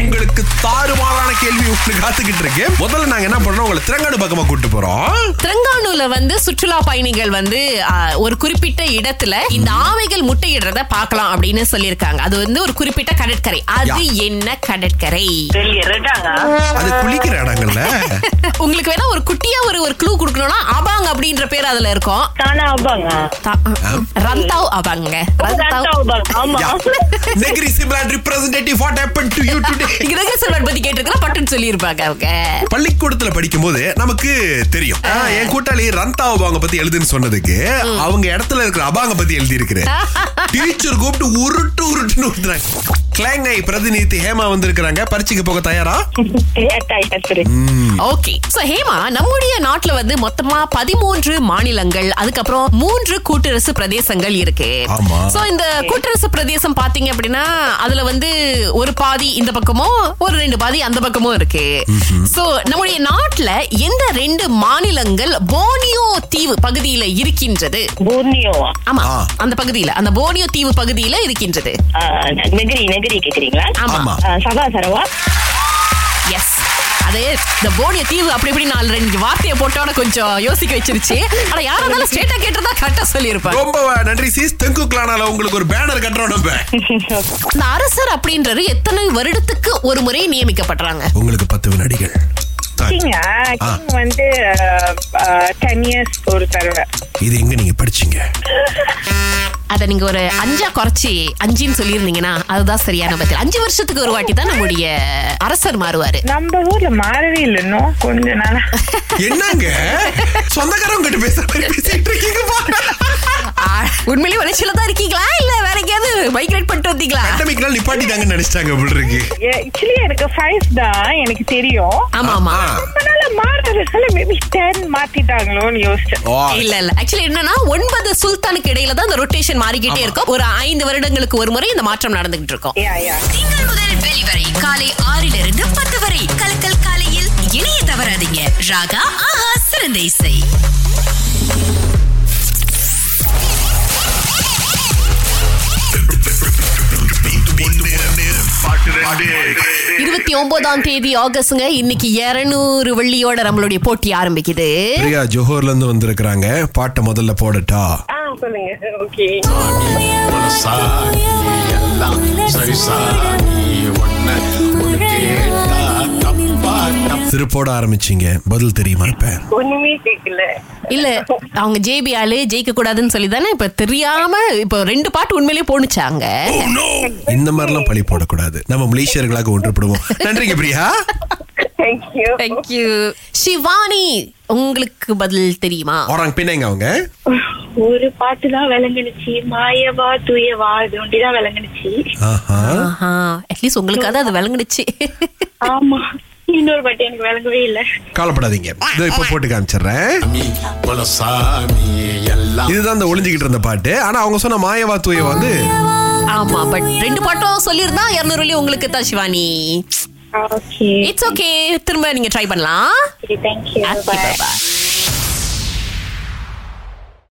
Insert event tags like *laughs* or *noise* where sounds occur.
உங்களுக்கு தாறுமாறான கேள்வி உங்களுக்கு காத்துக்கிட்டு இருக்கு முதல்ல நாங்க என்ன பண்றோம் உங்களை திரங்காடு பக்கமா கூட்டிட்டு போறோம் திருங்கானூர்ல வந்து சுற்றுலா பயணிகள் வந்து ஆ, ஒரு குறிப்பிட்ட இடத்துல இந்த ஆமைகள் முட்டையிடுறத பார்க்கலாம் அப்படின்னு சொல்லியிருக்காங்க அது வந்து ஒரு குறிப்பிட்ட கடற்கரை அது யா. என்ன கடற்கரை தெரியல ரெட்டாங்க ah. அது குளிக்கிற இடங்கள்ல உங்களுக்கு வேணா ஒரு குட்டியா ஒரு ஒரு க்ளூ கொடுக்கணும்னா அபாங் அப்படின்ற பேர் அதுல இருக்கும் தானா அப்பாங்க ah. த- ரந்தாவ் அபாங்க ரந்தாவ் *laughs* ஆமா Yeah. Negri Simran representative, what happened to you today? இதுக்கு செல்வன் பத்தி கேட்டிருக்கலாம் பட்டுன்னு சொல்லியிருப்பாங்க அவங்க பள்ளிக்கூடத்துல படிக்கும்போது நமக்கு தெரியும் ஆ, என் கூட்டாளி ரந்தா அபாங்க பத்தி எழுதுன்னு சொன்னதுக்கு அவங்க இடத்துல இருக்கிற அபாங்க பத்தி எழுதி இருக்கிறேன் *laughs* டீச்சர் கூப்பிட்டு உருட்டு உருட்டுன்னு உருட்டுறாங்க கிளாங்கை பிரதிநிதி ஹேமா வந்திருக்கிறாங்க பரீட்சைக்கு போக தயாரா Eh, ஓகே சோ ஹேமா நம்முடைய நாட்டுல வந்து மொத்தமா பதிமூன்று மாநிலங்கள் அதுக்கப்புறம் மூன்று கூட்டரசு பிரதேசங்கள் இருக்கு ஆமா. சோ இந்த கூட்டரசு பிரதேசம் பாத்தீங்க அப்படின்னா அதுல வந்து ஒரு பாதி இந்த பக்கமும் ஒரு ரெண்டு பாதி அந்த பக்கமும் இருக்கு சோ நம்முடைய நாட்டுல எந்த ரெண்டு மாநிலங்கள் போனியோ தீவு பகுதியில இருக்கின்றது ah. பூர்ணியோவா ஆமா ஆ. அந்த பகுதியில அந்த போனியோ தீவு பகுதியில இருக்கின்றது Ah, நெகிரி நெகிரி கேக்குறீங்களா ஆமா ஆமா. ஆ, சபா சரவா எஸ் அது இந்த போனிய தீவு அப்படி இப்படி நாலு ரெண்டு வார்த்தையை போட்டோட கொஞ்சம் யோசிக்க வச்சிருச்சு ஆனா யாரா இருந்தாலும் ஸ்ட்ரெயிட்டா கேட்டிருந்தா கரெக்டா சொல்லியிருப்பாங்க ரொம்ப நன்றி சீஸ் தெங்கு கிளானால உங்களுக்கு ஒரு பேனர் கட்டுறோம் நம்ம ah. இந்த அரசர் அப்படின்றது எத்தனை வருடத்துக்கு ஒரு முறை நியமிக்கப்படுறாங்க உங்களுக்கு பத்து வினாடிகள் கிங் கிங் வந்து ah, டென் இயர்ஸ் ஒரு தடவை இது எங்க நீங்க படிச்சீங்க அத நீங்க ஒரு அஞ்சா குறைச்சி அஞ்சுன்னு சொல்லியிருந்தீங்கன்னா அதுதான் சரியான பதில் அஞ்சு வருஷத்துக்கு ஒரு வாட்டி தான் நம்முடைய அரசர் மாறுவாரு நம்ம ஊர்ல மாறவே இல்லை இன்னும் கொஞ்ச நாளா என்னங்க சொந்தக்காரங்க கிட்ட பேசுற மாதிரி பேசிட்டு இருக்கீங்க பாருங்க. ஆ, உண்மையிலேயே உழைச்சில தான் இருக்கீங்களா இல்ல வேற எங்கேயாவது மைக்ரேட் பண்ணிட்டு வந்தீங்களா அட்டமிக்கலாம் நிப்பாட்டிட்டாங்கன்னு நினைச்சிட்டாங்க அப்படி இருக்கு ஆக்சுவலி எனக்கு ஃபைவ் தான் எனக்கு தெரியும் ஆமா ஆமா ஆ. அதனால மாறுறதுனால மேபி டென் மாத்திட்டாங்களோன்னு யோசிச்சேன் ஓ, இல்ல இல்ல ஆக்சுவலி என்னன்னா ஒன்பது சுல்தானுக்கு இடையில தான் இந்த ரொட்டேஷன் மாறிக்கிட்டே இருக்கும் ஒரு ஐந்து வருடங்களுக்கு ஒரு முறை இந்த மாற்றம் நடந்துகிட்டு இருக்கும் யா யா திங்கள் முதல் வெளிவரை காலை ஆறிலிருந்து பத்து வரை கலக்கல் காலையில் இணைய தவறாதீங்க ராகா ஆஹா சிறந்த இசை இருபத்தி ஒன்பதாம் தேதி ஆகஸ்ட்ங்க இன்னைக்கு இருநூறு வெள்ளியோட நம்மளுடைய போட்டி ஆரம்பிக்குது பிரியா ஜோஹர்ல இருந்து வந்திருக்கிறாங்க பாட்டை முதல்ல போடட்டா ஆ சொல்லுங்க ஓகே சிறு போட ஆரம்பிச்சீங்க பதில் தெரியுமா இப்ப ஒண்ணுமே கேட்கல இல்ல அவங்க ஜேபி ஆளு ஜெயிக்க கூடாதுன்னு சொல்லி தானே இப்ப தெரியாம இப்ப ரெண்டு பாட்டு உண்மையிலேயே போணுச்சாங்க இந்த மாதிரி எல்லாம் பழி போடக்கூடாது நம்ம மலேசியர்களாக ஒன்றுபடுவோம் நன்றிங்க பிரியா தேங்க்யூ தேங்க்யூ சிவானி உங்களுக்கு பதில் தெரியுமா orang பின்னங்க அவங்க ஒரு பாட்டு தான் விளங்குனுச்சு மாயவா தூயவா இது ஒண்டிதான் விளங்குனுச்சு ஆஹா ஆஹா அட்லீஸ்ட் உங்களுக்காவது அது விளங்குனுச்சு ஆமா இன்னொரு பாட்டு எனக்கு விளங்கவே இல்ல கவலைப்படாதீங்க இதோ இப்ப போட்டு காமிச்சிடுறேன் இதுதான் இந்த ஒளிஞ்சுக்கிட்டு இருந்த பாட்டு ஆனா அவங்க சொன்ன மாயவா தூய வந்து ஆமா பட் ரெண்டு பாட்டும் சொல்லியிருந்தா இருநூறு வழி உங்களுக்கு தான் சிவானி ஓகே இட்ஸ் ஓகே திரும்ப நீங்க ட்ரை பண்ணலாம் தேங்க்யூ Okay, bye-bye.